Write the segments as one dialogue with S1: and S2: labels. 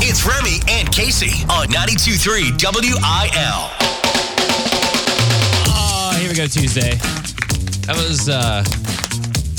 S1: with Remy and Casey on 92.3 WIL.
S2: Oh, here we go, Tuesday. That was uh,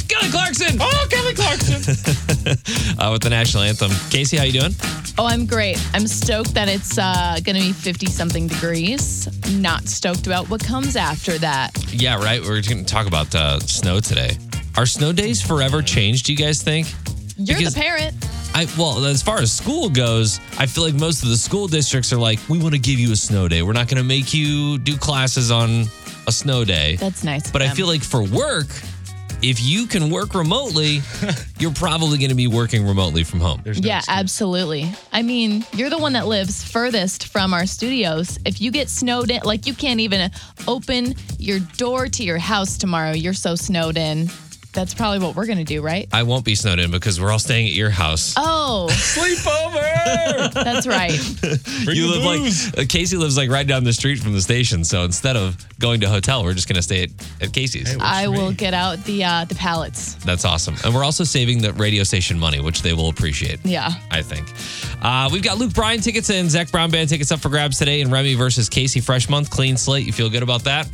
S2: Kelly Clarkson. Oh, Kelly Clarkson. uh, with the national anthem. Casey, how you doing?
S3: Oh, I'm great. I'm stoked that it's uh, going to be 50 something degrees. Not stoked about what comes after that.
S2: Yeah, right. We're going to talk about uh, snow today. Are snow days forever changed? Do you guys think?
S3: You're
S2: Because-
S3: the parent.
S2: I well, as far as school goes, I feel like most of the school districts are like, we want to give you a snow day. We're not going to make you do classes on a snow day.
S3: That's nice.
S2: But
S3: of
S2: I
S3: them.
S2: feel like for work, if you can work remotely, you're probably going to be working remotely from home.
S3: Yeah, absolutely. I mean, you're the one that lives furthest from our studios. If you get snowed in, like you can't even open your door to your house tomorrow. You're so snowed in. That's probably what we're going to do, right?
S2: I won't be snowed in because we're all staying at your house.
S3: Oh,
S4: Sleepover.
S3: that's right.
S2: you live like uh, Casey lives like right down the street from the station, so instead of going to hotel, we're just gonna stay at, at Casey's.
S3: I will get out the uh, the pallets.
S2: That's awesome, and we're also saving the radio station money, which they will appreciate.
S3: Yeah.
S2: I think. Uh, we've got Luke Bryan tickets and Zach Brown band tickets up for grabs today, and Remy versus Casey Fresh Month clean slate. You feel good about that?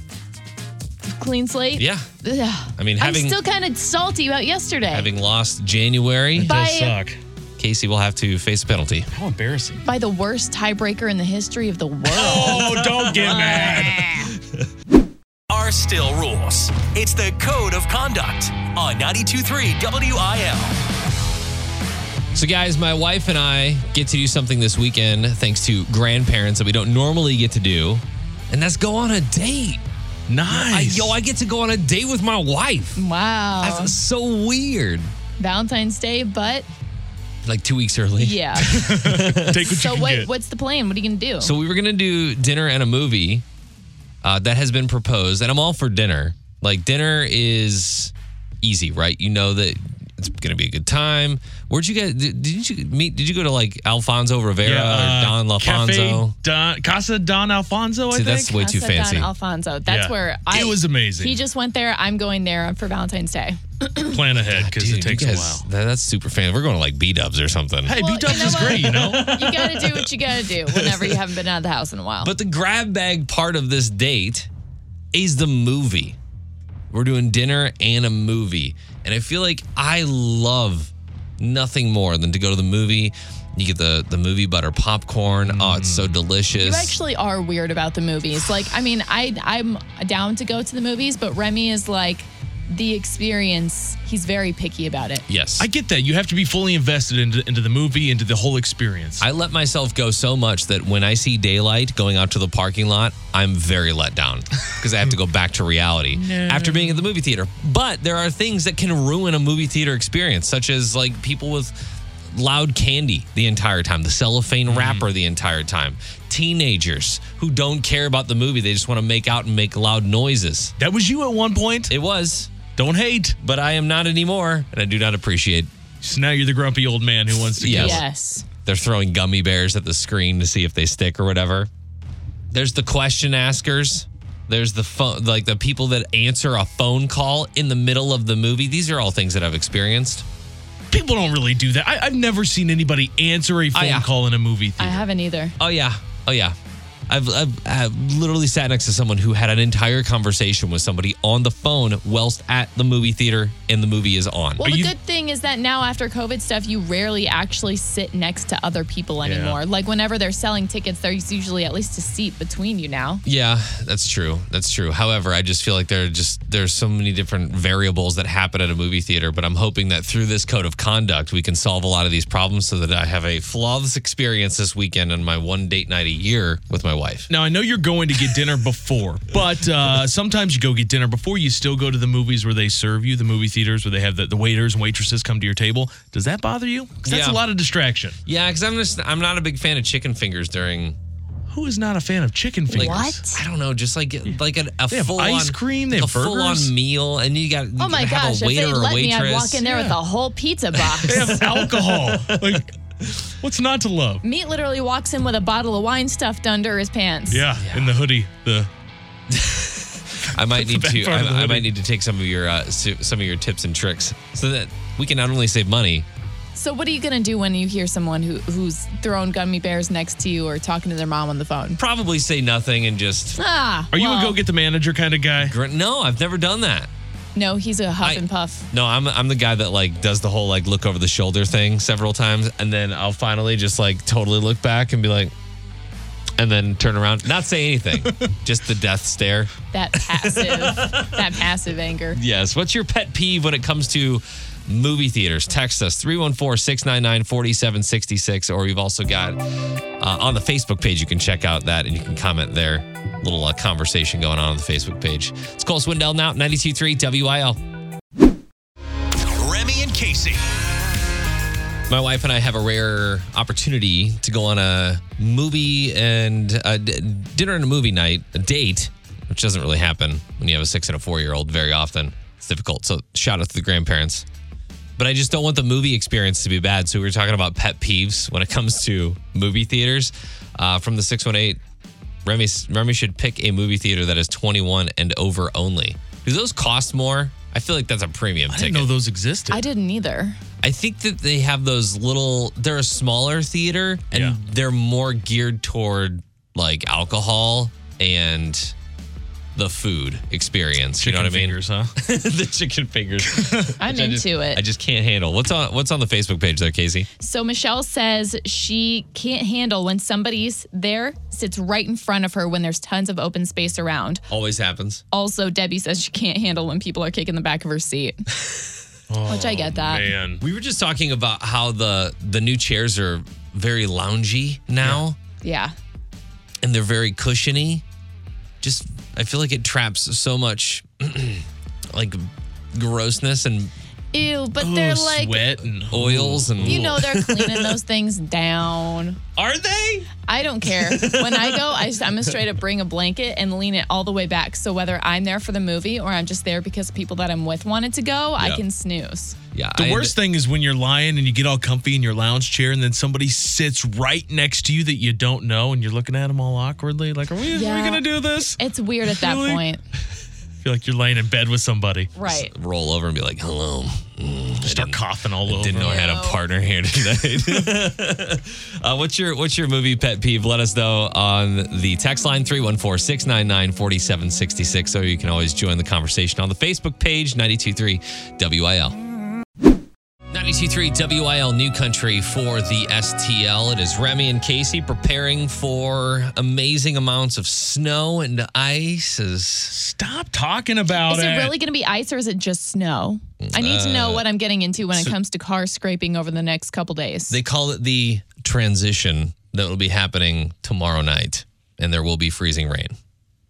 S3: Clean slate.
S2: Yeah.
S3: Ugh.
S2: I mean, having
S3: I'm still kind of salty about yesterday.
S2: having lost January,
S3: Bye.
S4: Does suck.
S2: Casey will have to face a penalty.
S4: How embarrassing.
S3: by the worst tiebreaker in the history of the world.
S4: Oh, don't get mad.
S1: Are still rules. It's the code of conduct on 92.3 WIL.
S2: So, guys, my wife and I get to do something this weekend thanks to grandparents that we don't normally get to do, and that's go on a date. I,
S4: Nice.
S2: yo, I get to go on a date with my wife.
S3: wow.
S2: That's so weird.
S3: Valentine's Day, but
S2: Like two weeks early.
S3: yeah.
S4: take what
S3: so
S4: you can
S3: what
S4: get.
S3: what's the plan? What are you gonna do?
S2: So we were gonna do dinner and a movie uh, that has been proposed, and I'm all for dinner. Like dinner is easy, right? You know that it's gonna be a good time. Where'd you guys? Did, did you meet? Did you go to like Alfonso Rivera
S4: uh,
S2: or Don
S4: Cafe
S2: LaFonso?
S4: Don, Casa Don Alfonso,
S2: See,
S4: I
S2: that's
S4: think.
S2: way too
S3: Casa Don
S2: fancy.
S3: Alfonso. That's
S4: Yeah.
S3: where I
S4: It was amazing.
S3: He just went there. I'm going there for Valentine's Day.
S4: Plan ahead because
S2: Dude,
S4: it
S2: you
S4: takes
S2: guys-
S4: a while.
S2: that- that's super fancy. We're going to like B Dubs or something.
S4: Hey,
S3: Well,
S4: B-Dubs
S3: you know
S4: is
S3: what?
S4: great, you know?
S3: You gotta do what you gotta do whenever you haven't been out of the house in a while.
S2: But the grab bag part of this date is the movie. We're doing dinner and a movie. And I feel like I love nothing more than to go to the movie. You get the, the movie butter popcorn. Oh, it's
S4: Mm.
S2: so delicious.
S3: you actually are weird about the movies. Like, I mean, I I'm down to go to the movies, but Remy is like the experience. He's very picky about it.
S2: yes.
S4: I
S2: I,
S4: get that. You have to be fully invested into, into the movie, into the whole experience.
S2: let myself go so much that when I see daylight going out to the parking lot, I'm very let down because I have to go back to reality after being at the movie theater. But there are things that can ruin a movie theater experience, such as like people with loud candy the entire time, the cellophane wrapper the entire time, teenagers who don't care about the movie, they just want to make out and make loud noises.
S4: that was you at one point.
S2: It was,
S4: Don't hate.
S2: but I am not anymore, and I do not appreciate
S4: So now you're the grumpy old man who wants to
S2: Yeah.
S4: kill.
S3: Yes.
S2: they're throwing gummy bears at the screen to see if they stick or whatever. There's the question askers. There's the phone, like the people that answer a phone call in the middle of the movie. These are all things that I've experienced.
S4: People don't really do that. I, I've never seen anybody answer a phone
S2: yeah.
S4: call in a movie
S3: I
S4: theater.
S3: haven't either.
S2: Oh yeah, oh yeah. I've, I've, I've literally sat next to someone who had an entire conversation with somebody on the phone whilst at the movie theater and the movie is on.
S3: Well, the
S4: you-
S3: good thing is that now after COVID stuff, you rarely actually sit next to other people anymore. Like whenever they're selling tickets, there's usually at least a seat between you now.
S2: Yeah, that's true. That's true. However, I just feel like there are just there's so many different variables that happen at a movie theater, but I'm hoping that through this code of conduct we can solve a lot of these problems so that I have a flawless experience this weekend and my one date night a year with my wife.
S4: Now I know you're going to get dinner before, but uh, sometimes you go get dinner before. You still go to the movies where they serve you, the movie theaters where they have the, the waiters and waitresses come to your table. Does that bother you? 'Cause that's
S2: Yeah.
S4: a lot of distraction.
S2: Yeah, cuz I'm just I'm not a big fan of chicken fingers during
S4: Who is not a fan of chicken fingers?
S2: I don't know, just like like an, a
S4: They have
S2: full
S4: ice cream, they
S2: a
S4: have
S2: full
S4: burgers.
S2: on meal and you got you
S3: Oh my
S2: have
S3: gosh,
S2: a
S3: if
S2: waiter
S3: they
S2: or
S3: let me,
S2: waitress.
S3: I'd walk in there with a whole pizza box.
S4: They have alcohol. like, what's not to love?
S3: Meat literally walks in with a bottle of wine stuffed under his pants.
S4: Yeah, in the hoodie, the
S2: I might need
S4: back
S2: to.
S4: part of the
S2: I, I
S4: hoodie.
S2: might need to take some of your uh, su- some of your tips and tricks so that we can not only save money,
S3: So what are you gonna do when you hear someone who who's throwing gummy bears next to you or talking to their mom on the phone?
S2: Probably say nothing and just.
S3: Ah,
S4: Are you
S3: well,
S4: a go get the manager kind of guy?
S2: grin- No, I've never done that.
S3: No, he's a huff
S2: I-
S3: and puff.
S2: No, I'm I'm the guy that like does the whole like look over the shoulder thing several times, and then I'll finally just like totally look back and be like, and then turn around, not say anything, just the death stare.
S3: That passive, that passive anger.
S2: Yes. What's your pet peeve when it comes to movie theaters? Text us 314 699 4766. Or you've also got uh, on the Facebook page, you can check out that and you can comment there. Little uh, conversation going on on the Facebook page. It's Cole Swindell now, 923 WIL.
S1: Remy and Casey.
S2: My wife and I have a rare opportunity to go on a movie and a d- dinner and a movie night, a date, which doesn't really happen when you have a six and a four year old very often. It's difficult. So shout out to the grandparents. But I just don't want the movie experience to be bad. So we were talking about pet peeves when it comes to movie theaters. Uh, from the 618, Remy, Remy should pick a movie theater that is 21 and over only. Do those cost more? I feel like that's a premium
S4: I
S2: ticket.
S4: didn't know those existed.
S3: I didn't either.
S2: I think that they have those little. They're a smaller theater, and
S4: Yeah.
S2: they're more geared toward like alcohol and the food experience. you know what I mean?
S4: Fingers, huh?
S2: the chicken fingers.
S3: I'm
S2: I just-
S3: into it.
S2: I just can't handle. What's on What's on the Facebook page there, Casey?
S3: So Michelle says she can't handle when somebody's there sits right in front of her when there's tons of open space around.
S2: Always happens.
S3: Also, Debbie says she can't handle when people are kicking the back of her seat. Which I get that.
S4: Oh, Man.
S2: We were just talking about how the the new chairs are very loungy now,
S3: Yeah.
S2: and they're very cushiony. Just I feel like it traps so much like grossness and
S3: Ew, but they're
S4: Ooh,
S3: like
S4: sweat and
S2: oils and
S3: you know they're cleaning those things down.
S2: Are they?
S3: I don't care. When I go, I, am gonna straight up bring a blanket and lean it all the way back. So whether I'm there for the movie or I'm just there because people that I'm with wanted to go, I
S2: Yeah.
S3: can snooze.
S2: Yeah.
S4: The worst thing is when you're lying and you get all comfy in your lounge chair, and then somebody sits right next to you that you don't know, and you're looking at them all awkwardly, like, "Are we, are
S3: Yeah.
S4: we gonna do this?" I
S3: It's weird at that
S4: Really?
S3: point,
S4: feel like you're laying in bed with somebody.
S3: right?
S2: roll over and be like, "Hello." Mm, I
S4: Start
S2: didn't,
S4: coughing all over.
S2: didn't know I had a
S3: No.
S2: partner here tonight. uh, what's your What's your movie pet peeve? Let us know on the text line 314-699-4766 or you can always join the conversation on the Facebook page 923 WIL. 923 WIL New Country for the STL. It is Remy and Casey preparing for amazing amounts of snow and ice as
S4: Stop talking about
S3: Is it
S4: it.
S3: really going to be ice or is it just snow? I need to
S4: Uh,
S3: know what I'm getting into when it comes to car scraping over the next couple days.
S2: They call it the transition that will be happening tomorrow night, and there will be freezing rain.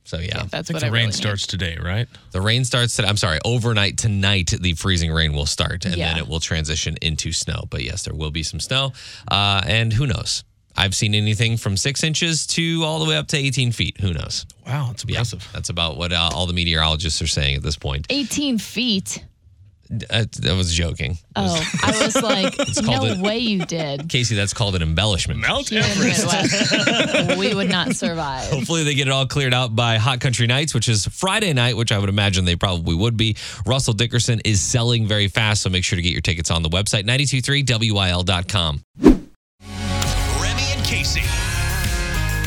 S2: So yeah,
S3: That's
S4: I think
S3: what
S4: the
S3: I
S4: rain
S3: really
S4: starts today, right?
S2: the rain starts today. I'm sorry, overnight tonight, the freezing rain will start, and then
S3: Yeah.
S2: it will transition into snow. But yes, there will be some snow, uh, and who knows? I've seen anything from six inches to all the way up to 18 feet. Who knows?
S4: Wow, it's
S2: Yeah,
S4: impressive.
S2: that's about what uh, all the meteorologists are saying at this point.
S3: need. 18 feet.
S2: Uh, I was joking,
S3: Oh, I was like,
S2: called
S3: no
S2: it-
S3: way you did.
S2: Casey. That's called an embellishment.
S4: Mount
S3: Here in the
S4: Everest.
S3: Midwest, we would not survive.
S2: Hopefully they get it all cleared out by Hot Country Nights, which is Friday night, which I would imagine they probably would be. Russell Dickerson is selling very fast, so make sure to get your tickets on the website 923wil.com.
S1: Remy and Casey.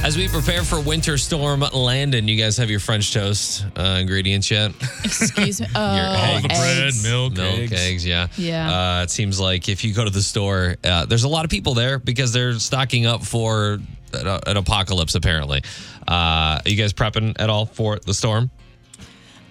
S2: As we prepare for winter storm Landon, you guys have your French toast uh, ingredients yet?
S3: Excuse me. Oh,
S4: All the bread,
S3: eggs.
S4: milk,
S2: Milk, eggs,
S4: eggs.
S2: yeah.
S3: Yeah.
S2: Uh, it seems like if you go to the store, uh, there's a lot of people there because they're stocking up for an, an apocalypse, apparently. Uh, are you guys prepping at all for the storm?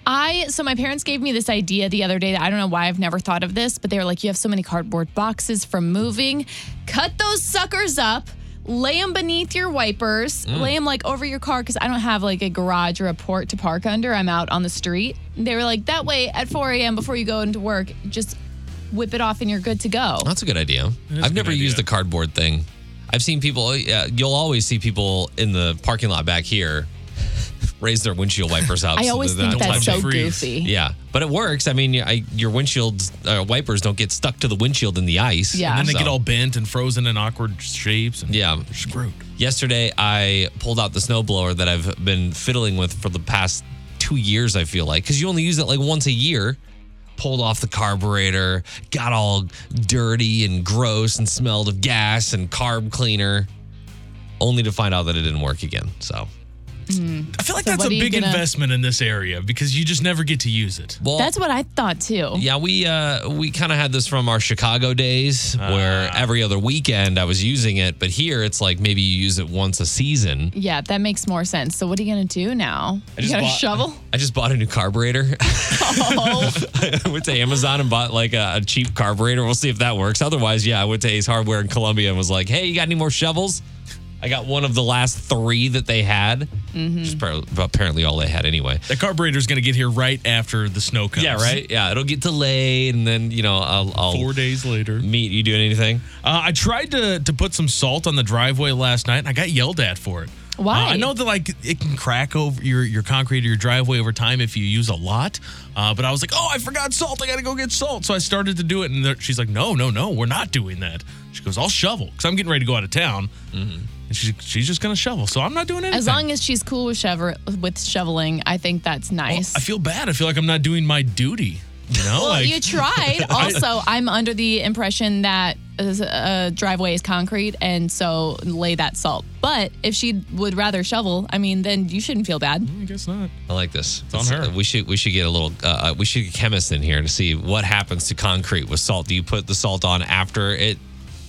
S3: I so my parents gave me this idea the other day that I don't know why I've never thought of this, but they were like, "You have so many cardboard boxes from moving. Cut those suckers up." Lay them beneath your wipers.
S2: Mm.
S3: Lay them like over your car because I don't have like a garage or a port to park under. I'm out on the street. And They were like, that way at 4 a.m. before you go into work, just whip it off and you're good to go.
S2: That's a good idea.
S4: is a
S2: I've
S4: good
S2: never
S4: idea.
S2: used the cardboard thing. I've seen people, uh, you'll always see people in the parking lot back here raise their windshield wipers up.
S3: I always
S2: that
S3: think
S2: they'll
S3: that's
S2: touch
S3: so
S2: it.
S4: freeze.
S3: goofy.
S2: Yeah, but it works. I mean, I, your windshield uh, wipers don't get stuck to the windshield in the ice.
S3: Yeah.
S4: And then they
S2: So-
S4: get all bent and frozen in awkward shapes. And
S2: Yeah.
S4: You're screwed.
S2: Yesterday, I pulled out the snowblower that I've been fiddling with for the past two years, I feel like, because you only use it like once a year. pulled off the carburetor, got all dirty and gross and smelled of gas and carb cleaner, only to find out that it didn't work again. So,
S4: I feel like
S3: So
S4: that's a
S3: what are you
S4: big
S3: gonna-
S4: investment in this area because you just never get to use it.
S2: well,
S3: That's what I thought too.
S2: Yeah, we uh, we kind of had this from our Chicago days, where every other weekend I was using it, but here it's like maybe you use it once a season.
S3: Yeah, that makes more sense. So what are you gonna do now? You
S2: just
S3: got a
S2: bought-
S3: shovel?
S2: I just bought a new carburetor. I went to Amazon and bought like a, a cheap carburetor. We'll see if that works. Otherwise, yeah, I went to Ace Hardware in Columbia and was like, "Hey, you got any more shovels?" I got one of the last three that they had, which is par- apparently all they had anyway.
S4: The carburetor's going to get here right after the snow comes.
S2: Yeah, right. Oh. Yeah, it'll get delayed, and then you know I'll, I'll
S4: Four days later.
S2: meet you doing anything.
S4: Uh, I tried to to put some salt on the driveway last night, and I got yelled at for it.
S3: Why?
S4: Uh, I know that like it can crack over your your concrete or your driveway over time if you use a lot. Uh, but I was like, oh, I forgot salt. I gotta go get salt. So I started to do it, and there- she's like, no, no, no, we're not doing that. She goes, I'll shovel because I'm getting ready to go out of town,
S2: Mm-hmm.
S4: and she's she's just gonna shovel. So I'm not doing anything.
S3: As long as she's cool with shovel with shoveling, I think that's nice.
S4: Oh, I feel bad. I feel like I'm not doing my duty. You know,
S3: Well,
S4: like
S3: you tried. Also, I'm under the impression that a driveway is concrete, and so lay that salt. But if she would rather shovel, I mean, then you shouldn't feel bad.
S4: I guess not.
S2: I like this. It's
S4: on her.
S2: We should we should get a little uh, uh, we should get chemists in here to see what happens to concrete with salt. Do you put the salt on after it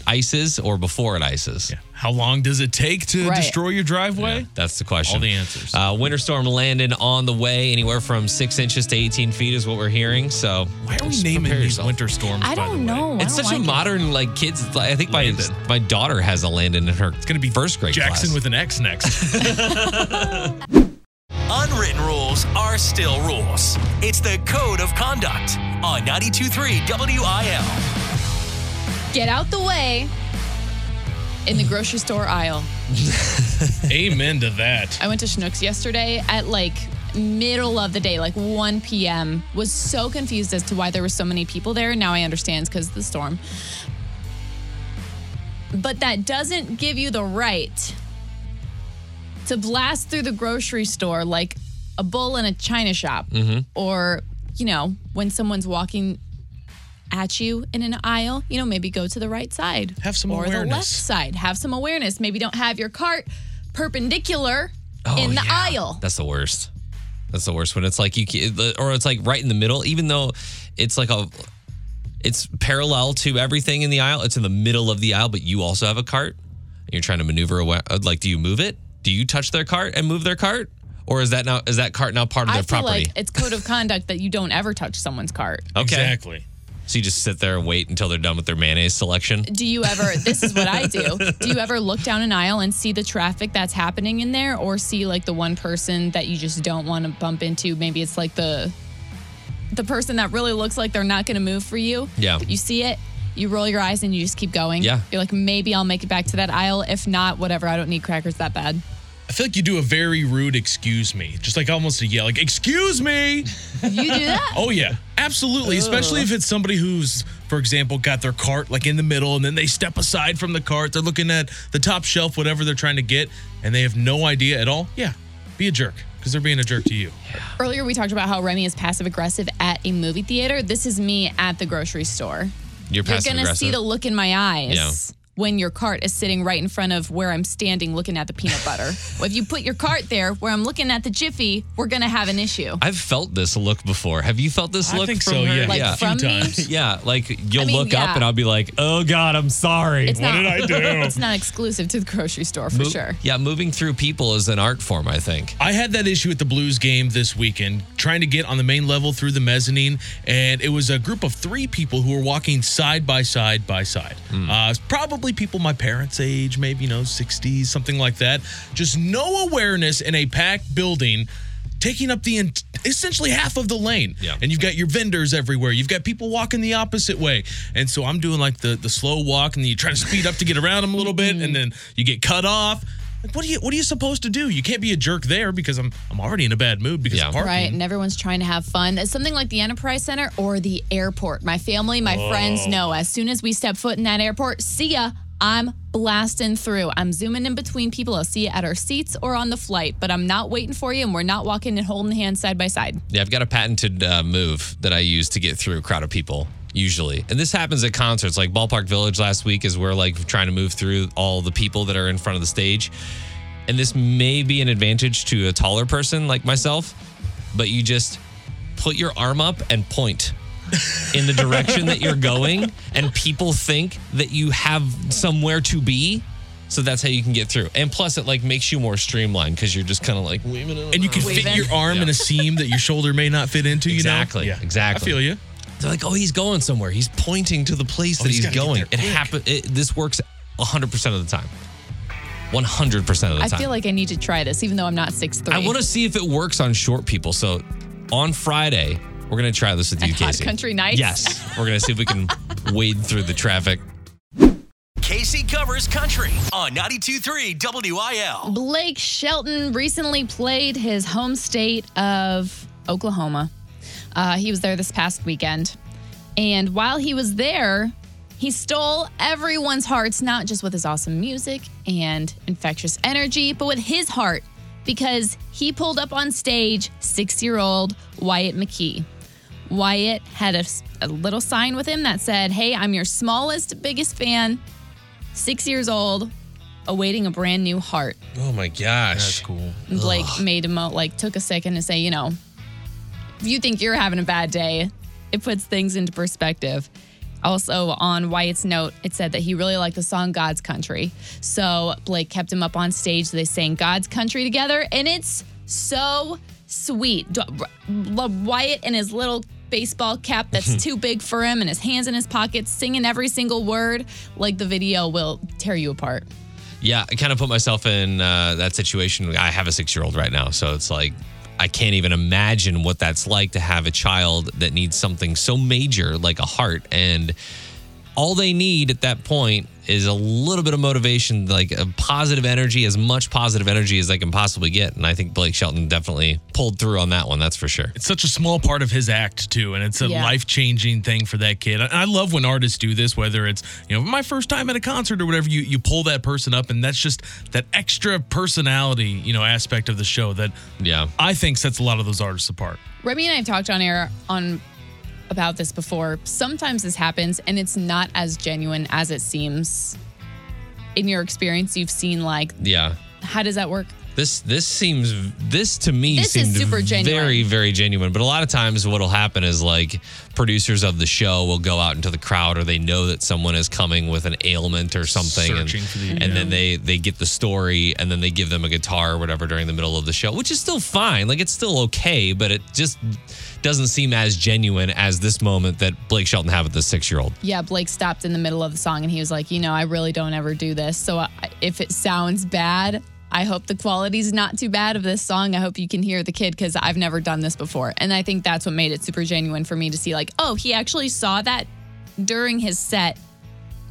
S2: ices or before it ices?
S4: How long does it take to
S3: Right.
S4: destroy your driveway?
S2: That's the question.
S4: All the answers.
S2: Uh, winter storm landing on the way, anywhere from six inches to 18 feet is what we're hearing. So
S4: Why are we
S2: just
S4: naming
S2: prepare
S4: these
S2: yourself.
S4: winter storms?
S3: I
S4: by the
S3: don't
S4: way?
S3: know. I
S2: It's
S3: don't
S2: such a
S3: like it.
S2: modern like kids. like, I think my
S4: Landon.
S2: my daughter has a Landon in her. It's
S4: gonna be
S2: first grade.
S4: Jackson
S2: class.
S4: with an X next.
S1: Unwritten rules are still rules. It's the code of conduct on 923 WIL.
S3: Get out the way in the grocery store aisle.
S4: Amen to that.
S3: I went to Schnucks yesterday at like middle of the day, like 1 p.m. Was so confused as to why there were so many people there. Now I understand because of the storm. But that doesn't give you the right to blast through the grocery store like a bull in a china shop
S4: Mm-hmm.
S3: or, you know, when someone's walking at you in an aisle, you know, maybe go to the right side.
S4: Have some
S3: or the left
S4: awareness.
S3: side. Have some awareness. Maybe don't have your cart perpendicular
S2: Oh,
S3: in the
S2: yeah.
S3: aisle.
S2: That's the worst. That's the worst when it's like you, ca- or it's like right in the middle. Even though it's like a, it's parallel to everything in the aisle. It's in the middle of the aisle, but you also have a cart, and you're trying to maneuver away. uh, Like, do you move it? Do you touch their cart and move their cart, or is that now is that cart now part of
S3: I
S2: their
S3: feel
S2: property? Oh.
S3: like it's code of conduct that you don't ever touch someone's cart.
S2: okay,
S4: Exactly.
S2: so you just sit there and wait until they're done with their mayonnaise selection.
S3: Do you ever, this is what I do. Do you ever look down an aisle and see the traffic that's happening in there or see like the one person that you just don't want to bump into? Maybe it's like the the person that really looks like they're not going to move for you.
S2: Yeah.
S3: You see it, you roll your eyes and you just keep going.
S2: Yeah.
S3: You're like, maybe I'll make it back to that aisle. If not, whatever. I don't need crackers that bad.
S4: I feel like you do a very rude excuse me, just like almost a yell, like excuse me.
S3: You do that?
S4: Oh yeah, absolutely. Especially if it's somebody who's, for example, got their cart like in the middle, and then they step aside from the cart. They're looking at the top shelf, whatever they're trying to get, and they have no idea at all. Yeah, be a jerk because they're being a jerk to you.
S3: Earlier, we talked about how Remy is passive aggressive at a movie theater. This is me at the grocery store.
S2: You're
S3: You're
S2: passive
S3: going to
S2: aggressive.
S3: see the look in my eyes
S2: Yeah.
S3: when your cart is sitting right in front of where I'm standing looking at the peanut butter. Well, if you put your cart there where I'm looking at the Jiffy, we're going to have an issue.
S2: I've felt this look before. Have you felt this look? from her?
S3: Like,
S2: yeah.
S4: a few
S3: from me?
S4: times.
S2: Yeah, like you'll
S3: I mean,
S2: look
S3: yeah.
S2: up and I'll be like, "Oh God, I'm sorry."
S3: It's not,
S4: do?
S3: It's not exclusive to the grocery store for
S2: Mo-
S3: sure.
S2: Yeah, moving through people is an art form, I think.
S4: I had that issue at the Blues game this weekend, trying to get on the main level through the mezzanine, and it was a group of three people who were walking side by side by side. Uh, it's probably people my parents' age, maybe you know, 60s, something like that. Just no awareness in a packed building. Taking up the en- essentially half of the lane,
S2: Yeah.
S4: and you've got your vendors everywhere. You've got people walking the opposite way, and so I'm doing like the the slow walk, and then you try to speed up to get around them a little bit, and then you get cut off. Like, what are you what are you supposed to do? You can't be a jerk there because I'm I'm already in a bad mood because
S2: Yeah.
S4: of parking.
S3: Right, and everyone's trying to have fun. It's something like the Enterprise Center
S2: Oh.
S3: or the airport. My family, my friends know as soon as we step foot in that airport, see ya, I'm blasting through. I'm zooming in between people. I'll see you at our seats or on the flight, but I'm not waiting for you and we're not walking and holding hands side by side.
S2: Yeah, I've got a patented uh, move that I use to get through a crowd of people usually. And this happens at concerts, like Ballpark Village last week, as we're like trying to move through all the people that are in front of the stage. And this may be an advantage to a taller person like myself, but you just put your arm up and point in the direction that you're going, and people think that you have somewhere to be. So that's how you can get through. And plus, it like makes you more streamlined because you're just kind of like waving it
S4: And you can
S2: around.
S4: fit
S3: Waving.
S4: your arm in a seam that your shoulder may not fit into, you
S2: Exactly,
S4: know?
S2: exactly.
S4: I feel you.
S2: They're like, oh, he's going somewhere. He's pointing to the place that
S4: Oh, he's
S2: he's,
S4: gotta get
S2: going.
S4: there
S2: It
S4: quick.
S2: happen. It, this works 100% of the time. 100% of the
S3: I
S2: time.
S3: feel like I need to try this, even though I'm not 6'3.
S2: I want to see if it works on short people. So on Friday, we're going to try this with you,
S3: At Hot
S2: Casey.
S3: Country Nights?
S2: Yes. We're going to see if we can wade through the traffic.
S1: Casey covers country on 92.3 WIL.
S3: Blake Shelton recently played his home state of Oklahoma. Uh, he was there this past weekend. And while he was there, he stole everyone's hearts, not just with his awesome music and infectious energy, but with his heart because he pulled up on stage six year old Wyatt McKee. Wyatt had a, s- a little sign with him that said, Hey, I'm your smallest, biggest fan, six years old, awaiting a brand new heart.
S2: Oh my gosh.
S4: cool.
S3: And Blake made him out, like, took a second to say, you know, if you think you're having a bad day, it puts things into perspective. Also, on Wyatt's note, it said that he really liked the song God's Country. So Blake kept him up on stage. They sang God's Country together, and it's so sweet. D- R- Wyatt in his little baseball cap that's too big for him and his hands in his pockets, singing every single word like the video will tear you apart.
S2: Yeah, I kind of put myself in uh, that situation. I have a six year old right now. So it's like, I can't even imagine what that's like to have a child that needs something so major like a heart. And all they need at that point is a little bit of motivation, like a positive energy, as much positive energy as they can possibly get. And I think Blake Shelton definitely pulled through on that one. That's for sure.
S4: It's such a small part of his act too, and it's a
S3: Yeah.
S4: life changing thing for that kid. And I love when artists do this, whether it's you know my first time at a concert or whatever. You you pull that person up, and that's just that extra personality, you know, aspect of the show that
S2: Yeah.
S4: I think sets a lot of those artists apart.
S3: Remy and I have talked on air on about this before. Sometimes this happens and it's not as genuine as it seems. In your experience, you've seen like
S2: Yeah.
S3: how does that work?
S2: This this seems this to me
S3: This is
S2: seemed
S3: super genuine.
S2: very very genuine. But a lot of times, what'll happen is like producers of the show will go out into the crowd, or they know that someone is coming with an ailment or something, and,
S4: Searching for the-
S2: and then they they get the story, and then they give them a guitar or whatever during the middle of the show, which is still fine, like it's still okay, but it just doesn't seem as genuine as this moment that Blake Shelton had with the six year old.
S3: Yeah, Blake stopped in the middle of the song and he was like, you know, I really don't ever do this. So I, if it sounds bad, I hope the quality's not too bad of this song. I hope you can hear the kid because I've never done this before. And I think that's what made it super genuine for me to see, like, oh, he actually saw that during his set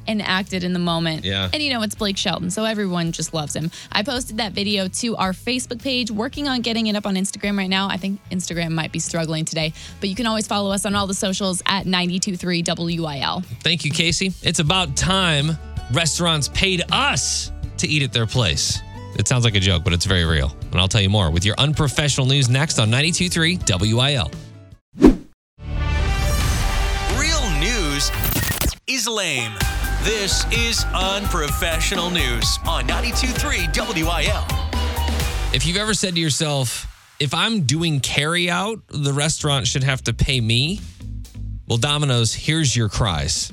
S3: and acted in the moment.
S2: Yeah.
S3: And you know, it's Blake Shelton, so everyone just loves him. I posted that video to our Facebook page, working on getting it up on Instagram right now. I think Instagram might be struggling today, but you can always follow us on all the socials at 923 WIL.
S2: Thank you, Casey. It's about time restaurants paid us to eat at their place. It sounds like a joke, but it's very real. And I'll tell you more with your unprofessional news next on 92.3 WIL.
S1: Real news is lame. This is unprofessional news on 92.3 WIL.
S2: If you've ever said to yourself, if I'm doing carry out, the restaurant should have to pay me, well, Domino's, here's your cries.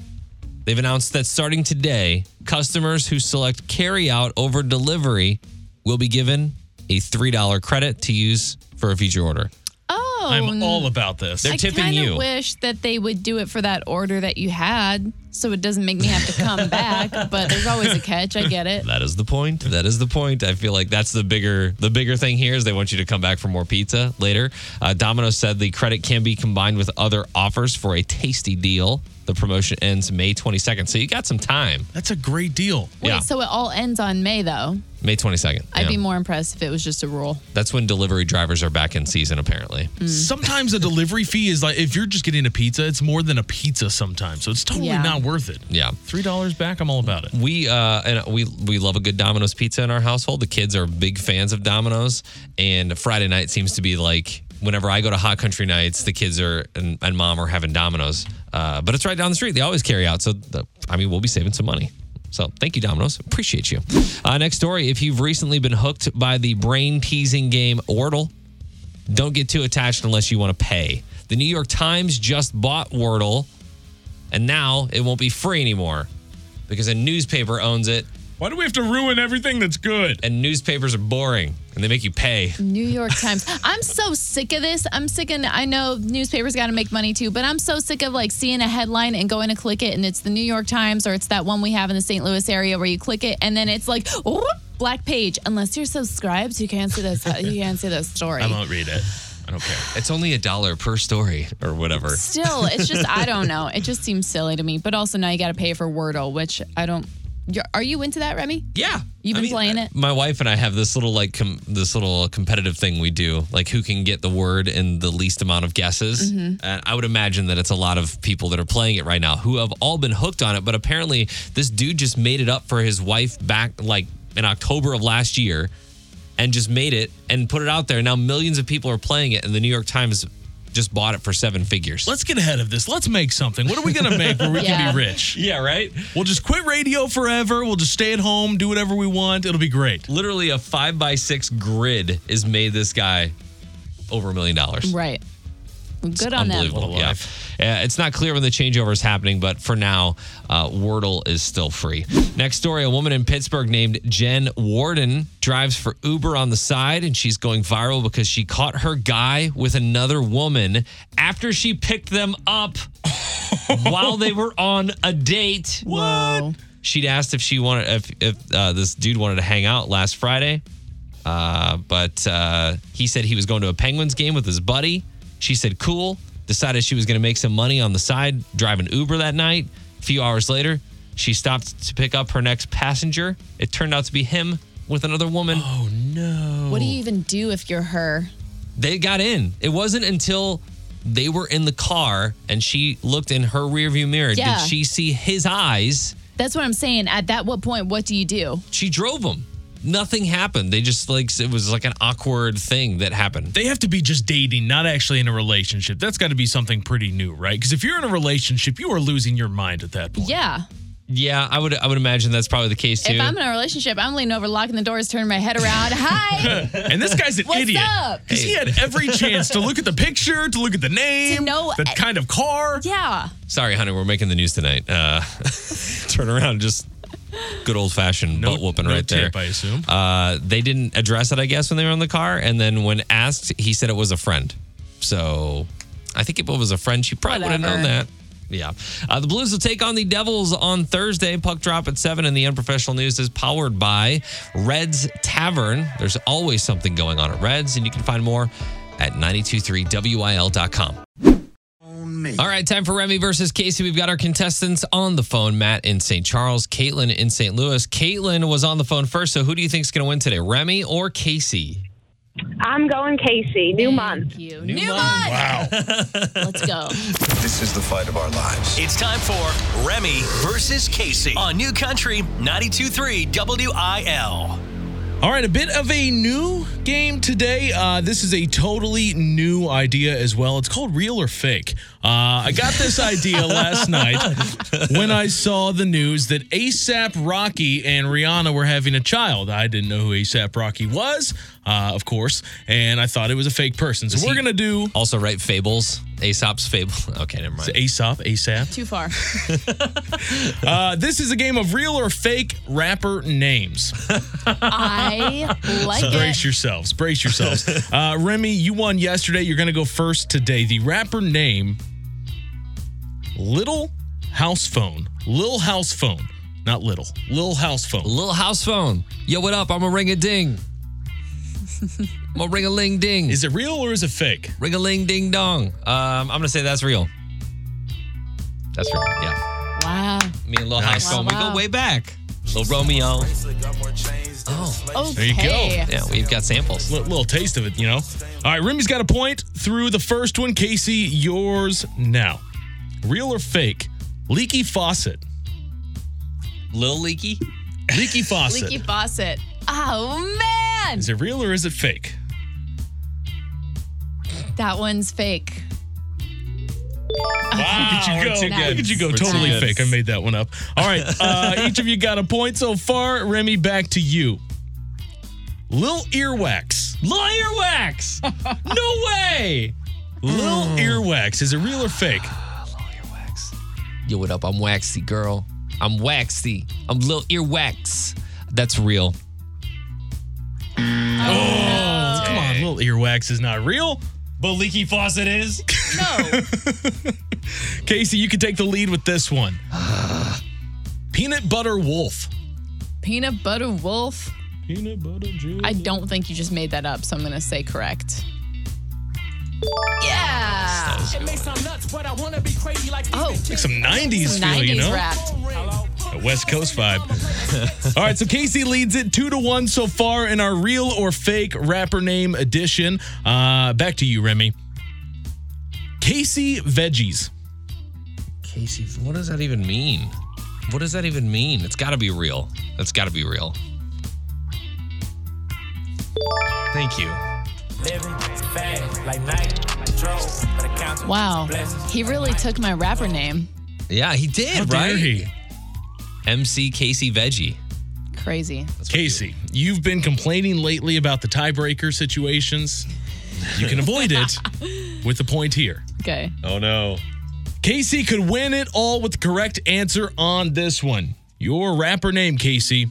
S2: They've announced that starting today, customers who select carry out over delivery will be given a $3 credit to use for a future order.
S3: Oh,
S4: I'm all about this.
S2: They're
S3: I
S2: tipping
S3: kinda
S2: you.
S3: wish that they would do it for that order that you had so it doesn't make me have to come back, but there's always a catch. I get it.
S2: That is the point. That is the point. I feel like that's the bigger the bigger thing here is they want you to come back for more pizza later. Uh, Domino's said the credit can be combined with other offers for a tasty deal. The promotion ends May 22nd, so you got some time.
S4: That's a great deal.
S3: Wait,
S2: yeah.
S3: so it all ends on May though.
S2: May 22nd.
S3: I'd
S2: yeah.
S3: be more impressed if it was just a rule.
S2: That's when delivery drivers are back in season, apparently.
S3: mm.
S4: Sometimes a delivery fee is like if you're just getting a pizza, it's more than a pizza sometimes. So it's totally
S3: Yeah.
S4: not worth it.
S2: Yeah.
S4: Three dollars back, I'm all about it.
S2: We uh and we we love a good Domino's pizza in our household. The kids are big fans of Domino's, and Friday night seems to be like whenever I go to Hot Country nights, the kids are and, and mom are having Domino's. Uh, but it's right down the street. They always carry out. So the, I mean, we'll be saving some money. So thank you, Domino's. Appreciate you. Uh, next story: If you've recently been hooked by the brain teasing game Wordle, don't get too attached unless you want to pay. The New York Times just bought Wordle, and now it won't be free anymore because a newspaper owns it,
S4: Why do we have to ruin everything that's good?
S2: and newspapers are boring and they make you pay.
S3: New York Times. I'm so sick of this. I'm sick of, I know newspapers got to make money too, but I'm so sick of like seeing a headline and going to click it and it's the New York Times or it's that one we have in the St. Louis area where you click it and then it's like, whoop, black page. Unless you're subscribed, you can't see this, you can't see this story.
S4: I won't read it. I don't care.
S2: It's only a dollar per story or whatever.
S3: Still, it's just, I don't know. It just seems silly to me. But also now you got to pay for Wordle, which I don't, you're, are you into that, Remy?
S2: Yeah.
S3: You've been playing it?
S2: My wife and I have this little like com- this little competitive thing we do, like who can get the word in the least amount of guesses.
S3: Mm-hmm.
S2: And I would imagine that it's a lot of people that are playing it right now who have all been hooked on it, but apparently this dude just made it up for his wife back like in October of last year and just made it and put it out there. Now millions of people are playing it and the New York Times just bought it for seven figures.
S4: Let's get ahead of this. Let's make something. What are we gonna make where we
S3: Yeah.
S4: can be rich?
S2: yeah, right?
S4: We'll just quit radio forever. We'll just stay at home, do whatever we want. It'll be great.
S2: Literally a five by six grid is made this guy over a million dollars.
S3: Right. Well, Good on them.
S2: Unbelievable.
S4: What a
S2: Yeah. Uh, it's not clear when the changeover is happening, but for now, uh, Wordle is still free. Next story a woman in Pittsburgh named Jen Warden drives for Uber on the side, and she's going viral because she caught her guy with another woman after she picked them up while they were on a date.
S3: Whoa.
S2: She'd asked if she wanted if, if uh, this dude wanted to hang out last Friday, uh, but uh, he said he was going to a Penguins game with his buddy. She said cool. Decided she was going to make some money on the side driving Uber that night. A few hours later, she stopped to pick up her next passenger. It turned out to be him with another woman.
S3: What do you even do if you're her?
S2: They got in. It wasn't until they were in the car and she looked in her rearview mirror
S3: Yeah.
S2: did she see his eyes.
S3: That's what I'm saying. At that what point, what do you do?
S2: she drove him. Nothing happened. They just like it was like an awkward thing that happened.
S4: They have to be just dating, not actually in a relationship. That's got to be something pretty new, right? Because if you're in a relationship, you are losing your mind at that point.
S3: Yeah.
S2: Yeah, I would I would imagine that's probably the case too.
S3: If I'm in a relationship, I'm leaning over, locking the doors, turning my head around. Hi.
S4: And this guy's an
S3: What's
S4: idiot
S3: up?
S4: because he had every chance to look at the picture, to look at the name,
S3: know-
S4: the kind of car.
S3: yeah.
S2: Sorry, honey, we're making the news tonight. Uh, turn around, and just good old fashioned butt whooping
S4: no
S2: right
S4: tip,
S2: there.
S4: I assume.
S2: Uh, they didn't address it, I guess, when they were in the car. And then when asked, he said it was a friend. So I think if it was a friend, she probably would have
S3: Whatever.
S2: known that. Yeah. Uh, the Blues will take on the Devils on Thursday. Puck drop at 7, and the unprofessional news is powered by Reds Tavern. There's always something going on at Reds, and you can find more at 923wil.com. All right, time for Remy versus Casey. We've got our contestants on the phone Matt in St. Charles, Caitlin in St. Louis. Caitlin was on the phone first, so who do you think is going to win today, Remy or Casey?
S5: I'm going Casey. New month.
S3: Thank you. New, month. Let's go.
S6: This is the fight of our lives.
S1: It's time for Remy versus Casey on New Country 92.3 WIL.
S4: All right, a bit of a new game today. Uh, this is a totally new idea as well. It's called Real or Fake. Uh, I got this idea last night when I saw the news that ASAP Rocky and Rihanna were having a child. I didn't know who ASAP Rocky was, uh, of course, and I thought it was a fake person. So we're
S2: he-
S4: going to do
S2: Also, right, Fables, Aesop's Fable. Okay, never mind.
S4: ASAP, ASAP.
S3: Too far.
S4: Uh, this is a game of real or fake rapper names.
S3: I like
S4: Brace
S3: it.
S4: yourselves. Brace yourselves. uh, Remy, you won yesterday. You're going to go first today. The rapper name Little House Phone. Lil House Phone. Not little. Lil House Phone.
S2: Little house phone. Yo, what up? I'm a ring a ding. I'm a ring a ling ding.
S4: Is it real or is it fake?
S2: Ring a ling ding dong. Um, I'm going to say that's real. That's real. Yeah.
S3: Wow.
S2: Me and Little
S4: Nice.
S2: House Phone, we
S3: Wow.
S2: go way back. Little Romeo.
S6: Oh.
S3: Okay.
S4: you go.
S2: Yeah, we've got samples.
S4: Li- little taste of it, you know? All right, Remy's got a point through the first one. Casey, yours now. Real or fake? Leaky faucet.
S2: Lil Leaky.
S4: Leaky faucet.
S3: Leaky faucet. Oh man,
S4: Is it real or is it fake?
S3: that one's fake.
S4: Wow,
S2: you
S4: we're
S2: go.
S4: too
S3: Nice.
S4: good. Look at you go.
S2: We're too
S4: Totally
S2: good.
S4: fake. I made that one up. All right. Uh, each of you got a point so far. Remy, back to you. Lil Earwax.
S2: Lil Earwax. no way.
S4: Lil Earwax. Is it real or fake?
S2: Yo, what up? I'm Waxy Girl. I'm Waxy. I'm Lil Earwax. That's real.
S4: Come on, Lil Earwax is not real.
S2: But Leaky Faucet is.
S3: No.
S4: Casey, you can take the lead with this one. Peanut Butter Wolf.
S3: Peanut butter wolf.
S4: Peanut Butter Jim.
S3: I don't think you just made that up, so I'm gonna say correct. Yeah. Oh,
S4: Some 90s feel,
S3: 90s
S4: you know?
S3: rap.
S4: A West Coast vibe. All right, so Casey leads it two to one so far in our real or fake rapper name edition. Uh, back to you, Remy. Casey Veggies.
S2: Casey, what does that even mean? What does that even mean? It's got to be real. That's got to be real. Thank you.
S3: Wow. He really took my rapper name.
S2: Yeah, he did,
S4: How
S2: right?
S4: dare he?
S2: MC Casey Veggie.
S3: Crazy.
S2: That's what
S4: Casey, you've been complaining lately about the tiebreaker situations. You can avoid it with the point here.
S3: Okay.
S4: Oh no. Casey could win it all with the correct answer on this one. Your rapper name, Casey.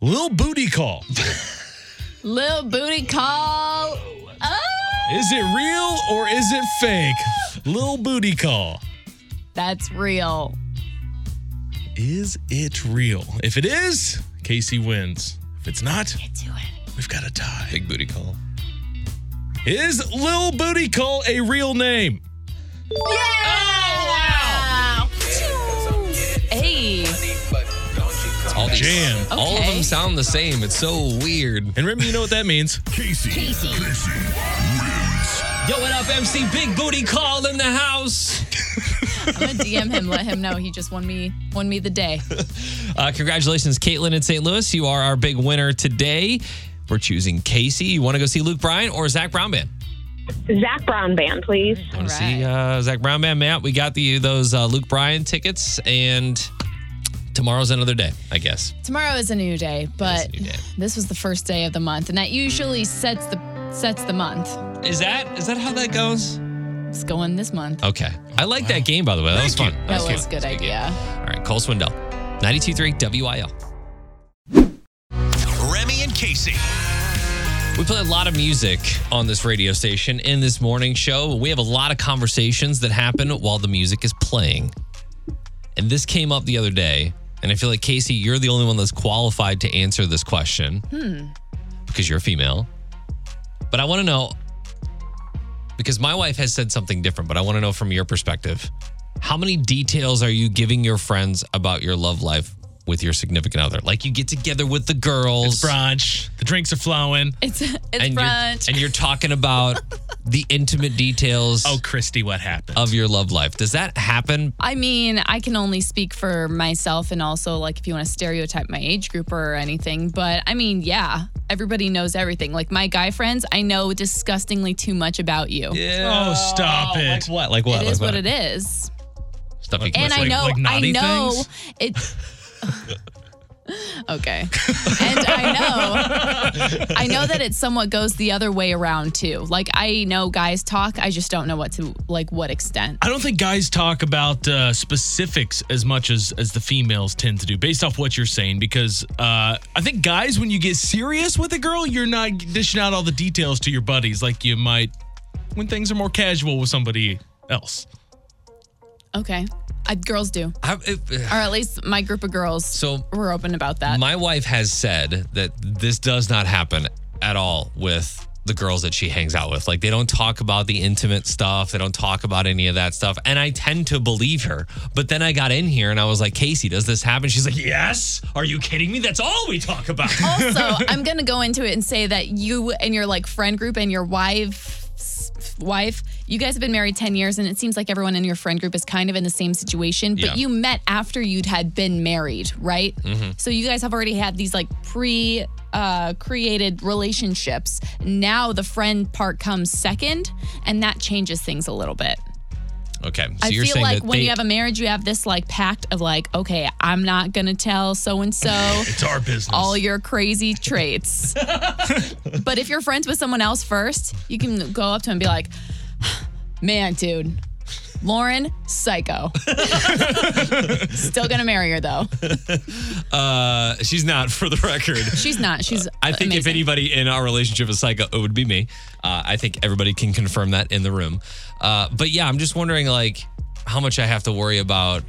S4: Lil Booty Call.
S3: Lil Booty Call. Oh,
S4: Is it real or is it fake? Lil Booty Call.
S3: that's real.
S4: Is it real? If it is, Casey wins. If it's not,
S3: Do it.
S4: we've got a tie.
S2: Big booty call.
S4: Is Lil Booty Call a real name?
S2: Oh,
S3: Yeah. Hey.
S2: All these,
S4: Jam.
S3: Oh.
S2: All of them
S3: Okay.
S2: sound the same. It's so weird.
S4: And Remy, you know what that means.
S2: Yo, what up, MC Big Booty Call in the house?
S3: I'm gonna DM him. Let him know he just won me won me the day.
S2: Uh, congratulations, Caitlin in St. Louis. You are our big winner today. We're choosing Casey. You want to go see Luke Bryan or Zach Brown Band?
S5: Zach Brown Band, please.
S2: Want to
S3: Right.
S2: see uh, Zach Brown Band, Matt? We got the those uh, Luke Bryan tickets, and tomorrow's another day, I guess.
S3: Tomorrow is a new day,
S2: is a
S3: but
S2: new day.
S3: this was the first day of the month, and that usually sets the sets the month.
S2: Is that is that how that goes?
S3: It's going this month.
S2: Okay, I like that game by the way. That was fun.
S3: That was a
S2: fun.
S3: good
S2: Oh, That's game.
S3: idea.
S2: All right, Cole Swindell, 92.3 WIL.
S1: Remy and Casey.
S2: We play a lot of music on this radio station in this morning show. We have a lot of conversations that happen while the music is playing. And this came up the other day. And I feel like, Casey, you're the only one that's qualified to answer this question because you're a female. But I want to know because my wife has said something different, but I want to know from your perspective how many details are you giving your friends about your love life with your significant other? Like you get together with the girls
S4: It's brunch. The drinks are flowing.
S3: It's it's
S2: and
S3: brunch.
S2: You're, and you're talking about the intimate details
S4: Oh, Christy, what happened?
S2: of your love life. Does that happen?
S3: I mean, I can only speak for myself and also like if you want to stereotype my age group or anything, but I mean, yeah, everybody knows everything. Like my guy friends, I know disgustingly too much about you.
S4: oh, stop it.
S2: what? Like what?
S3: It is what it is.
S2: Stuff you can't
S3: And I
S4: like-
S3: know
S4: like naughty
S3: I know it Okay. And I know I know that it somewhat goes the other way around too. Like I know guys talk, I just don't know what to like what extent.
S4: I don't think guys talk about uh, specifics as much as as the females tend to do, based off what you're saying. Because uh, I think guys, when you get serious with a girl, you're not dishing out all the details to your buddies like you might when things are more casual with somebody else.
S3: Okay. I, girls do.
S2: I- it-
S3: Or at least my group of girls
S2: So-
S3: were open about that.
S2: my wife has said that this does not happen at all with the girls that she hangs out with. Like they don't talk about the intimate stuff. They don't talk about any of that stuff. And I tend to believe her. But then I got in here and I was like, Casey, does this happen? She's like, Yes. Are you kidding me? That's all we talk about.
S3: also, I'm gonna go into it and say that you and your like friend group and your wife wife you guys have been married 10 years and it seems like everyone in your friend group is kind of in the same situation but
S2: Yeah. Mm-hmm.
S3: you met after you'd had been married right so you guys have already had these like pre uh, created relationships now the friend part comes second and that changes things a little bit
S2: Okay. So
S3: Oh, I
S2: you're
S3: feel
S2: saying
S3: like
S2: that
S3: when
S2: they,
S3: you have a marriage, you have this like pact of like, okay, I'm not gonna tell so and so
S4: It's our business.
S3: all your crazy traits. but if you're friends with someone else first, you can go up to him and be like, man, dude, Lauren, psycho. Still gonna marry her though.
S2: uh, she's not for the record.
S3: She's not. She's.
S2: I think if
S3: amazing.
S2: anybody in our relationship is psycho, it would be me. Uh, I think everybody can confirm that in the room. Uh, but yeah, I'm just wondering like how much I have to worry about,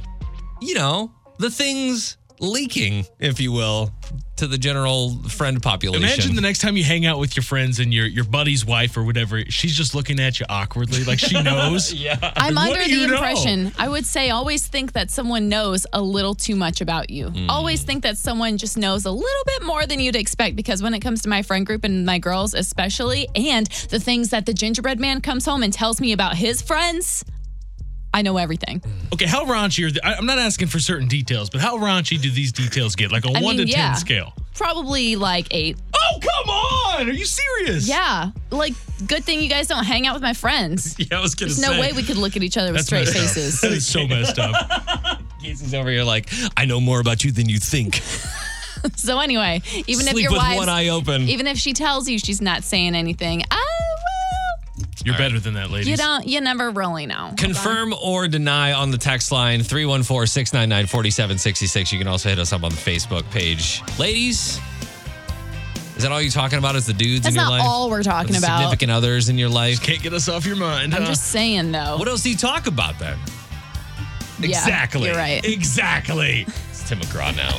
S2: you know, the things leaking, if you will, to the general friend population.
S4: Imagine the next time you hang out with your friends and your your buddy's wife or whatever, she's just looking at you awkwardly, like she knows. yeah.
S3: I'm
S4: What
S3: under
S4: do
S3: the
S4: you know?
S3: impression, I would say always think that someone knows a little too much about you.
S4: Hmm.
S3: Always think that someone just knows a little bit more than you'd expect because when it comes to my friend group and my girls, especially, and the things that the gingerbread man comes home and tells me about his friends, I know everything.
S4: Okay, how raunchy are the, I, I'm not asking for certain details, but how raunchy do these details get? Like a
S3: I
S4: one
S3: mean,
S4: to
S3: yeah.
S4: ten scale.
S3: Probably like eight.
S4: Oh come on! Are you serious?
S3: Yeah. Like, good thing you guys don't hang out with my friends.
S2: yeah, I was gonna
S3: There's
S2: say.
S3: no way we could look at each other with
S4: That's
S3: straight
S4: messed up.
S3: faces.
S4: That is so messed up.
S2: Casey's over here like, I know more about you than you think.
S3: So, anyway, even if
S2: Sleep
S3: your
S2: with
S3: wives,
S2: one eye open.
S3: even if she tells you she's not saying anything, ah, well,
S4: You're better than that, ladies.
S3: You don't. You never really know.
S2: Confirm or deny on the text line 314 699 4766. You can also hit us up on the Facebook page. Ladies, is that all you're talking about? Is the dudes
S3: That's
S2: in your
S3: not
S2: life?
S3: all we're talking
S2: The
S3: about.
S2: Significant others in your life?
S4: Can't get us off your mind.
S3: I'm
S4: huh?
S3: just saying though.
S2: What else do you talk about then?
S3: Yeah,
S2: exactly.
S3: You're right.
S2: Exactly. It's Tim McGraw now.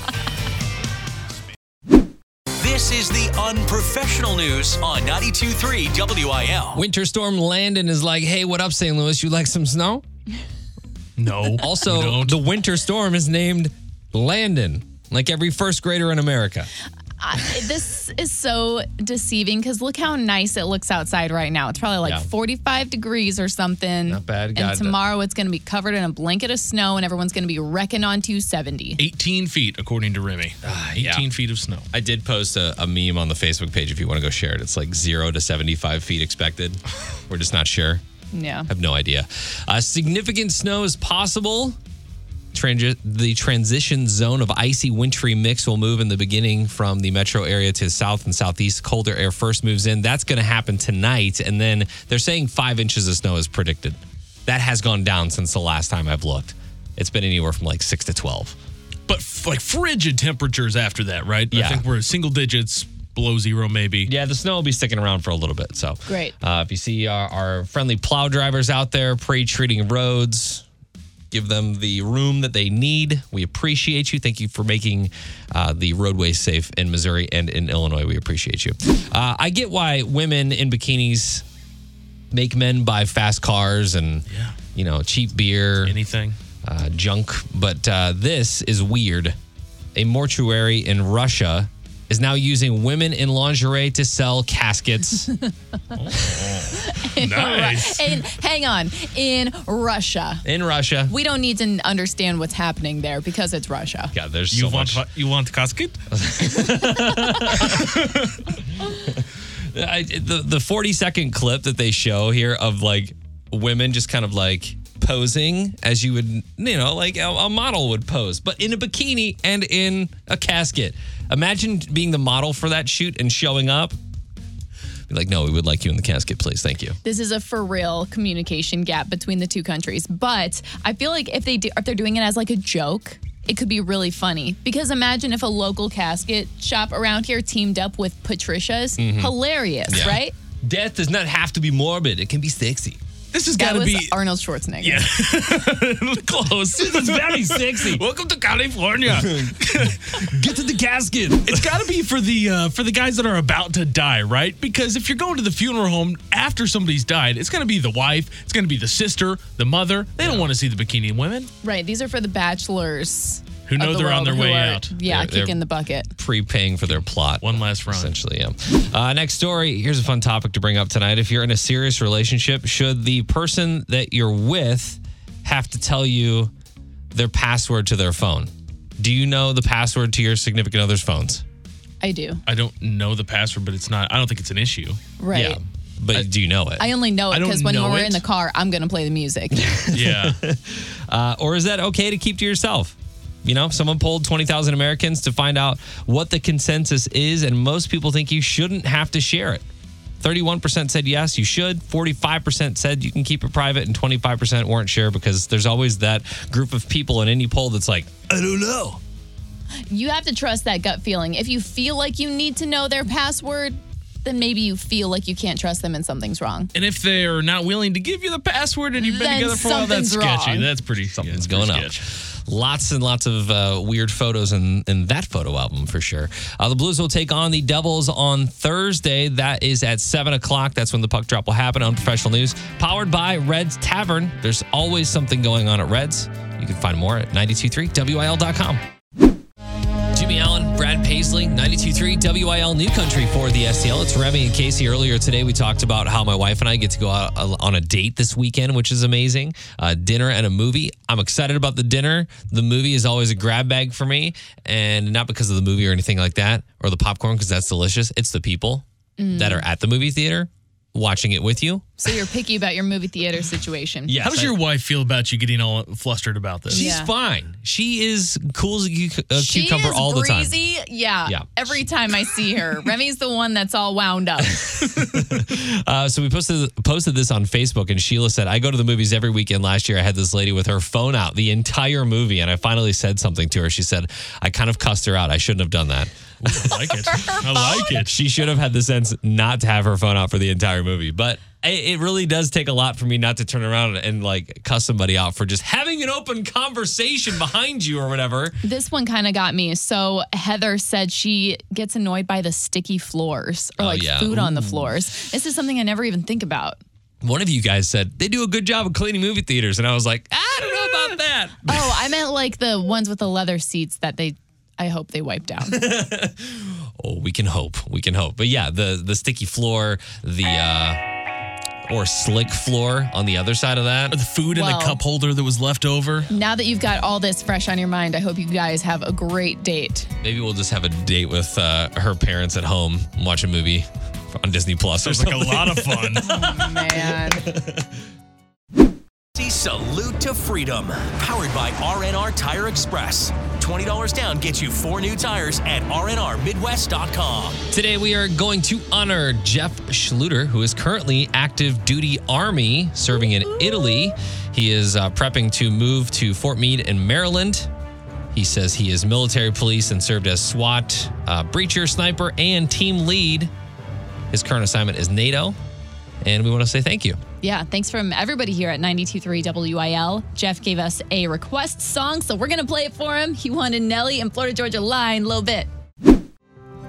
S1: This is the unprofessional news on 92.3 WIL.
S2: Winter Storm Landon is like, hey, what up, St. Louis? You like some snow?
S4: no.
S2: Also,
S4: You don't.
S2: the winter storm is named Landon, like every first grader in America.
S3: I, this is so deceiving because look how nice it looks outside right now. It's probably like
S2: Yeah.
S3: 45 degrees or something.
S2: Not bad.
S3: And
S2: God.
S3: tomorrow it's going to be covered in a blanket of snow and everyone's going to be wrecking on 270.
S4: 18 feet, according to Remy. 18
S2: yeah.
S4: feet of snow.
S2: I did post a, a meme on the Facebook page if you want to go share it. It's like zero to 75 feet expected. We're just not sure.
S3: Yeah.
S2: Have no idea. Uh, significant snow is possible. Transi- the transition zone of icy, wintry mix will move in the beginning from the metro area to the south and southeast. Colder air first moves in. That's going to happen tonight. And then they're saying five inches of snow is predicted. That has gone down since the last time I've looked. It's been anywhere from like six to 12.
S4: But f- like frigid temperatures after that, right?
S2: Yeah.
S4: I think we're single digits, below zero maybe.
S2: Yeah, the snow will be sticking around for a little bit. So
S3: Great.
S2: Uh, if you see our, our friendly plow drivers out there pre-treating roads, give them the room that they need. We appreciate you. Thank you for making uh, the roadways safe in Missouri and in Illinois. We appreciate you. Uh, I get why women in bikinis make men buy fast cars and you know cheap beer
S4: Anything?
S2: uh, junk, but uh, this is weird. A mortuary in Russia is now using women in lingerie to sell caskets.
S4: Nice.
S3: And hang on, in Russia.
S2: in Russia.
S3: We don't need to understand what's happening there because it's Russia.
S2: God, there's
S4: You
S2: so
S4: want
S2: much.
S4: fa- you want casket?
S2: I, the the 40 second clip that they show here of like women just kind of like posing as you would you know like a, a model would pose but in a bikini and in a casket imagine being the model for that shoot and showing up be like no we would like you in the casket please thank you
S3: this is a for real communication gap between the two countries. But I feel like if they do, if they're doing it as like a joke, it could be really funny. Because imagine if a local casket shop around here teamed up with
S4: Mm-hmm.
S3: Patricia's, hilarious, right?
S2: Death does not have to be morbid. It can be sexy.
S4: This has
S3: That
S4: got to
S3: was
S4: be
S3: Arnold Schwarzenegger.
S2: Close. This is very sexy.
S4: Welcome to California.
S2: Get to the casket.
S4: it's got to be for the uh, for the guys that are about to die, right? Because if you're going to the funeral home after somebody's died, it's going to be the wife, it's going to be the sister, the mother. They don't want to see the bikini women.
S3: Right. These are for the bachelors.
S4: Who
S3: of
S4: know
S3: the
S4: they're on
S3: world
S4: their
S3: who
S4: way
S3: are,
S4: out.
S3: Yeah,
S2: They're- they're-
S3: kicking the bucket.
S2: Prepaying for their plot.
S4: One last run.
S2: Essentially, yeah. Uh, next story. Here's a fun topic to bring up tonight. If you're in a serious relationship, should the person that you're with have to tell you their password to their phone? Do you know the password to your significant other's phones?
S3: I do.
S4: I don't know the password, but it's not. I don't think it's an issue.
S3: Right.
S2: Yeah. But do you know it?
S3: I only know it
S4: I don't
S3: because when
S4: know
S3: we're
S4: it.
S3: in the car, I'm gonna play the music.
S4: Yeah.
S2: Uh, or is that okay to keep to yourself? You know, someone polled 20,000 Americans to find out what the consensus is, and most people think you shouldn't have to share it. 31% said yes, you should. 45% said you can keep it private, and 25% weren't sure because there's always that group of people in any poll that's like, I don't know.
S3: you have to trust that gut feeling. If you feel like you need to know their password, then maybe you feel like you can't trust them and something's wrong.
S4: and if they're not willing to give you the password and you've been
S3: Then
S4: together for a while, that's
S3: something's
S4: sketchy.
S3: wrong.
S4: That's pretty.
S2: Something's going up. Lots and lots of uh, weird photos in, in that photo album for sure. Uh, the Blues will take on the Devils on Thursday. That is at 7 o'clock. That's when the puck drop will happen on professional news. Powered by Reds Tavern. There's always something going on at Reds. You can find more at 923wil.com. Jimmy Allen, Brad Paisley, 92.3 WIL New Country for the STL. It's Remy and Casey. Earlier today, we talked about how my wife and I get to go out uh, on a date this weekend, which is amazing. Uh, dinner and a movie. I'm excited about the dinner. The movie is always a grab bag for me, and not because of the movie or anything like that, or the popcorn, because that's delicious. It's the people
S3: Mm.
S2: that are at the movie theater watching it with you.
S3: So you're picky about your movie theater situation.
S2: Yes,
S4: How does
S2: I-
S4: your wife feel about you getting all flustered about this?
S2: She's
S3: Yeah.
S2: fine. She is cool as a, cuc- a
S3: She
S2: cucumber
S3: is
S2: all the time.
S3: breezy. Yeah.
S2: Yeah.
S3: Every time I see her, Remy's the one that's all wound up.
S2: Uh, so we posted posted this on Facebook, and Sheila said, "I go to the movies every weekend. Last year, I had this lady with her phone out the entire movie, and I finally said something to her. She said, "I kind of cussed her out. I shouldn't have done that.
S4: I like it. I like it.
S2: She should have had the sense not to have her phone out for the entire movie." But it, it really does take a lot for me not to turn around and like cuss somebody out for just having an open conversation behind you or whatever.
S3: This one kind of got me. So Heather said she gets annoyed by the sticky floors or like
S2: Oh, yeah.
S3: food on the floors. This is something I never even think about.
S2: One of you guys said they do a good job of cleaning movie theaters, and I was like, I don't know about that.
S3: Oh, I meant like the ones with the leather seats that they I hope they wipe down.
S2: Oh, we can hope. We can hope. But yeah, the the sticky floor, the uh or slick floor on the other side of that.
S4: The food in
S3: Well-
S4: the cup holder that was left over.
S3: now that you've got all this fresh on your mind, I hope you guys have a great date.
S2: Maybe we'll just have a date with uh, her parents at home, and watch a movie on Disney Plus. Or
S4: Sounds like
S2: something.
S4: a lot of fun.
S3: Man.
S1: The Salute to Freedom, powered by RNR Tire Express. $20 down gets you four new tires at rnrmidwest.com.
S2: Today we are going to honor Jeff Schluter, who is currently active duty Army, serving in Italy. He is uh, prepping to move to Fort Meade in Maryland. He says he is military police and served as SWAT, uh, breacher, sniper, and team lead. His current assignment is NATO, and we want to say thank you.
S3: Yeah, thanks from everybody here at 92.3 WIL. Jeff gave us a request song, so we're going to play it for him. He wanted Nelly and Florida Georgia Line, Little Bit.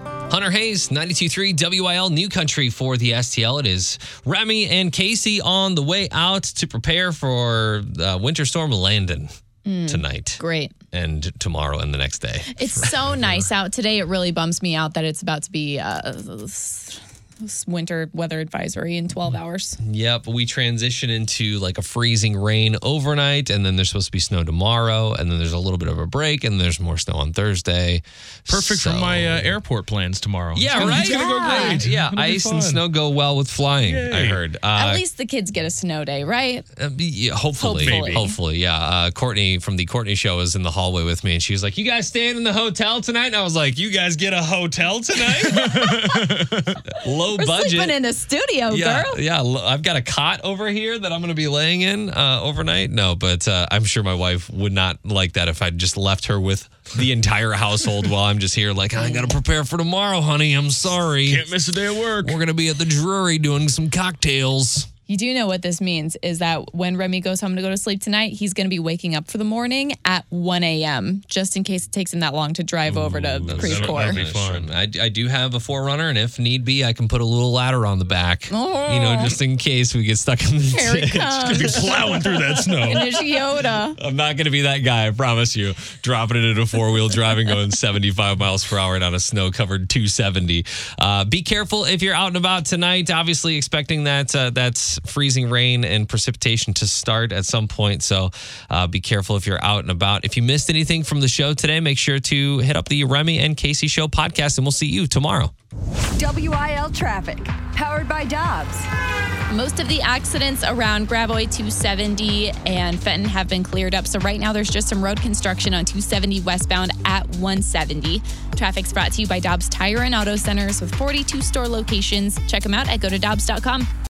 S2: Hunter Hayes, 92.3 WIL, New Country for the STL. It is Remy and Casey on the way out to prepare for uh, Winter Storm Landon tonight
S3: Great.
S2: and tomorrow and the next day.
S3: It's so nice out today. It really bums me out that it's about to be uh, s- s- winter weather advisory in 12 hours.
S2: Yep, we transition into like a freezing rain overnight, and then there's supposed to be snow tomorrow, and then there's a little bit of a break, and there's more snow on Thursday.
S4: Perfect for
S2: So-
S4: my uh, airport plans tomorrow.
S2: Yeah,
S4: It's gonna-
S2: right.
S4: It's gonna
S3: Yeah.
S4: go great.
S2: Yeah,
S4: It'll be
S2: ice and
S4: fun.
S2: snow go well with flying. I
S4: Yay.
S2: heard. Uh,
S3: At least the kids get a snow day, right?
S2: Uh, yeah, hopefully,
S3: Hopefully. Maybe.
S2: hopefully, yeah. Uh, Courtney from the Courtney Show was in the hallway with me, and she was like, "You guys staying in the hotel tonight?" And I was like, "You guys get a hotel tonight? Low
S3: We're
S2: budget."
S3: sleeping in the studio,
S2: yeah,
S3: Oh, girl.
S2: yeah. l- I've got a cot over here that I'm going to be laying in uh, overnight. No, but uh, I'm sure my wife would not like that if I just left her with the entire household while I'm just here. Like, I got to prepare for tomorrow, honey. I'm sorry.
S4: Can't miss a day of work.
S2: We're going to be at the Drury doing some cocktails.
S3: You do know what this means is that when Remy goes home to go to sleep tonight, he's going to be waking up for the morning at 1 a.m. just in case it takes him that long to drive over to Creve
S4: that'll-
S3: Coeur.
S4: that'll be fun.
S2: I, I do have a forerunner, and if need be, I can put a little ladder on the back, you know, just in case we get stuck in the
S3: Oh. Here
S2: ditch.
S3: it comes.
S4: Be plowing through that
S3: And
S4: snow.
S3: there's Yoda.
S2: I'm not going to be that guy, I promise you. Dropping it into four wheel drive and going 75 miles per hour down a snow covered 270. Uh, be careful if you're out and about tonight. Obviously, expecting that uh, that's freezing rain and precipitation to start at some point. So uh, be careful if you're out and about. If you missed anything from the show today, make sure to hit up the Remy and Casey Show podcast, and we'll see you tomorrow.
S7: WIL traffic, powered by Dobbs.
S3: Most of the accidents around Gravoy 270 and Fenton have been cleared up. So right now there's just some road construction on 270 westbound at 170. Traffic's brought to you by Dobbs Tire and Auto Centers with 42 store locations. Check them out at go to Dobbs.com.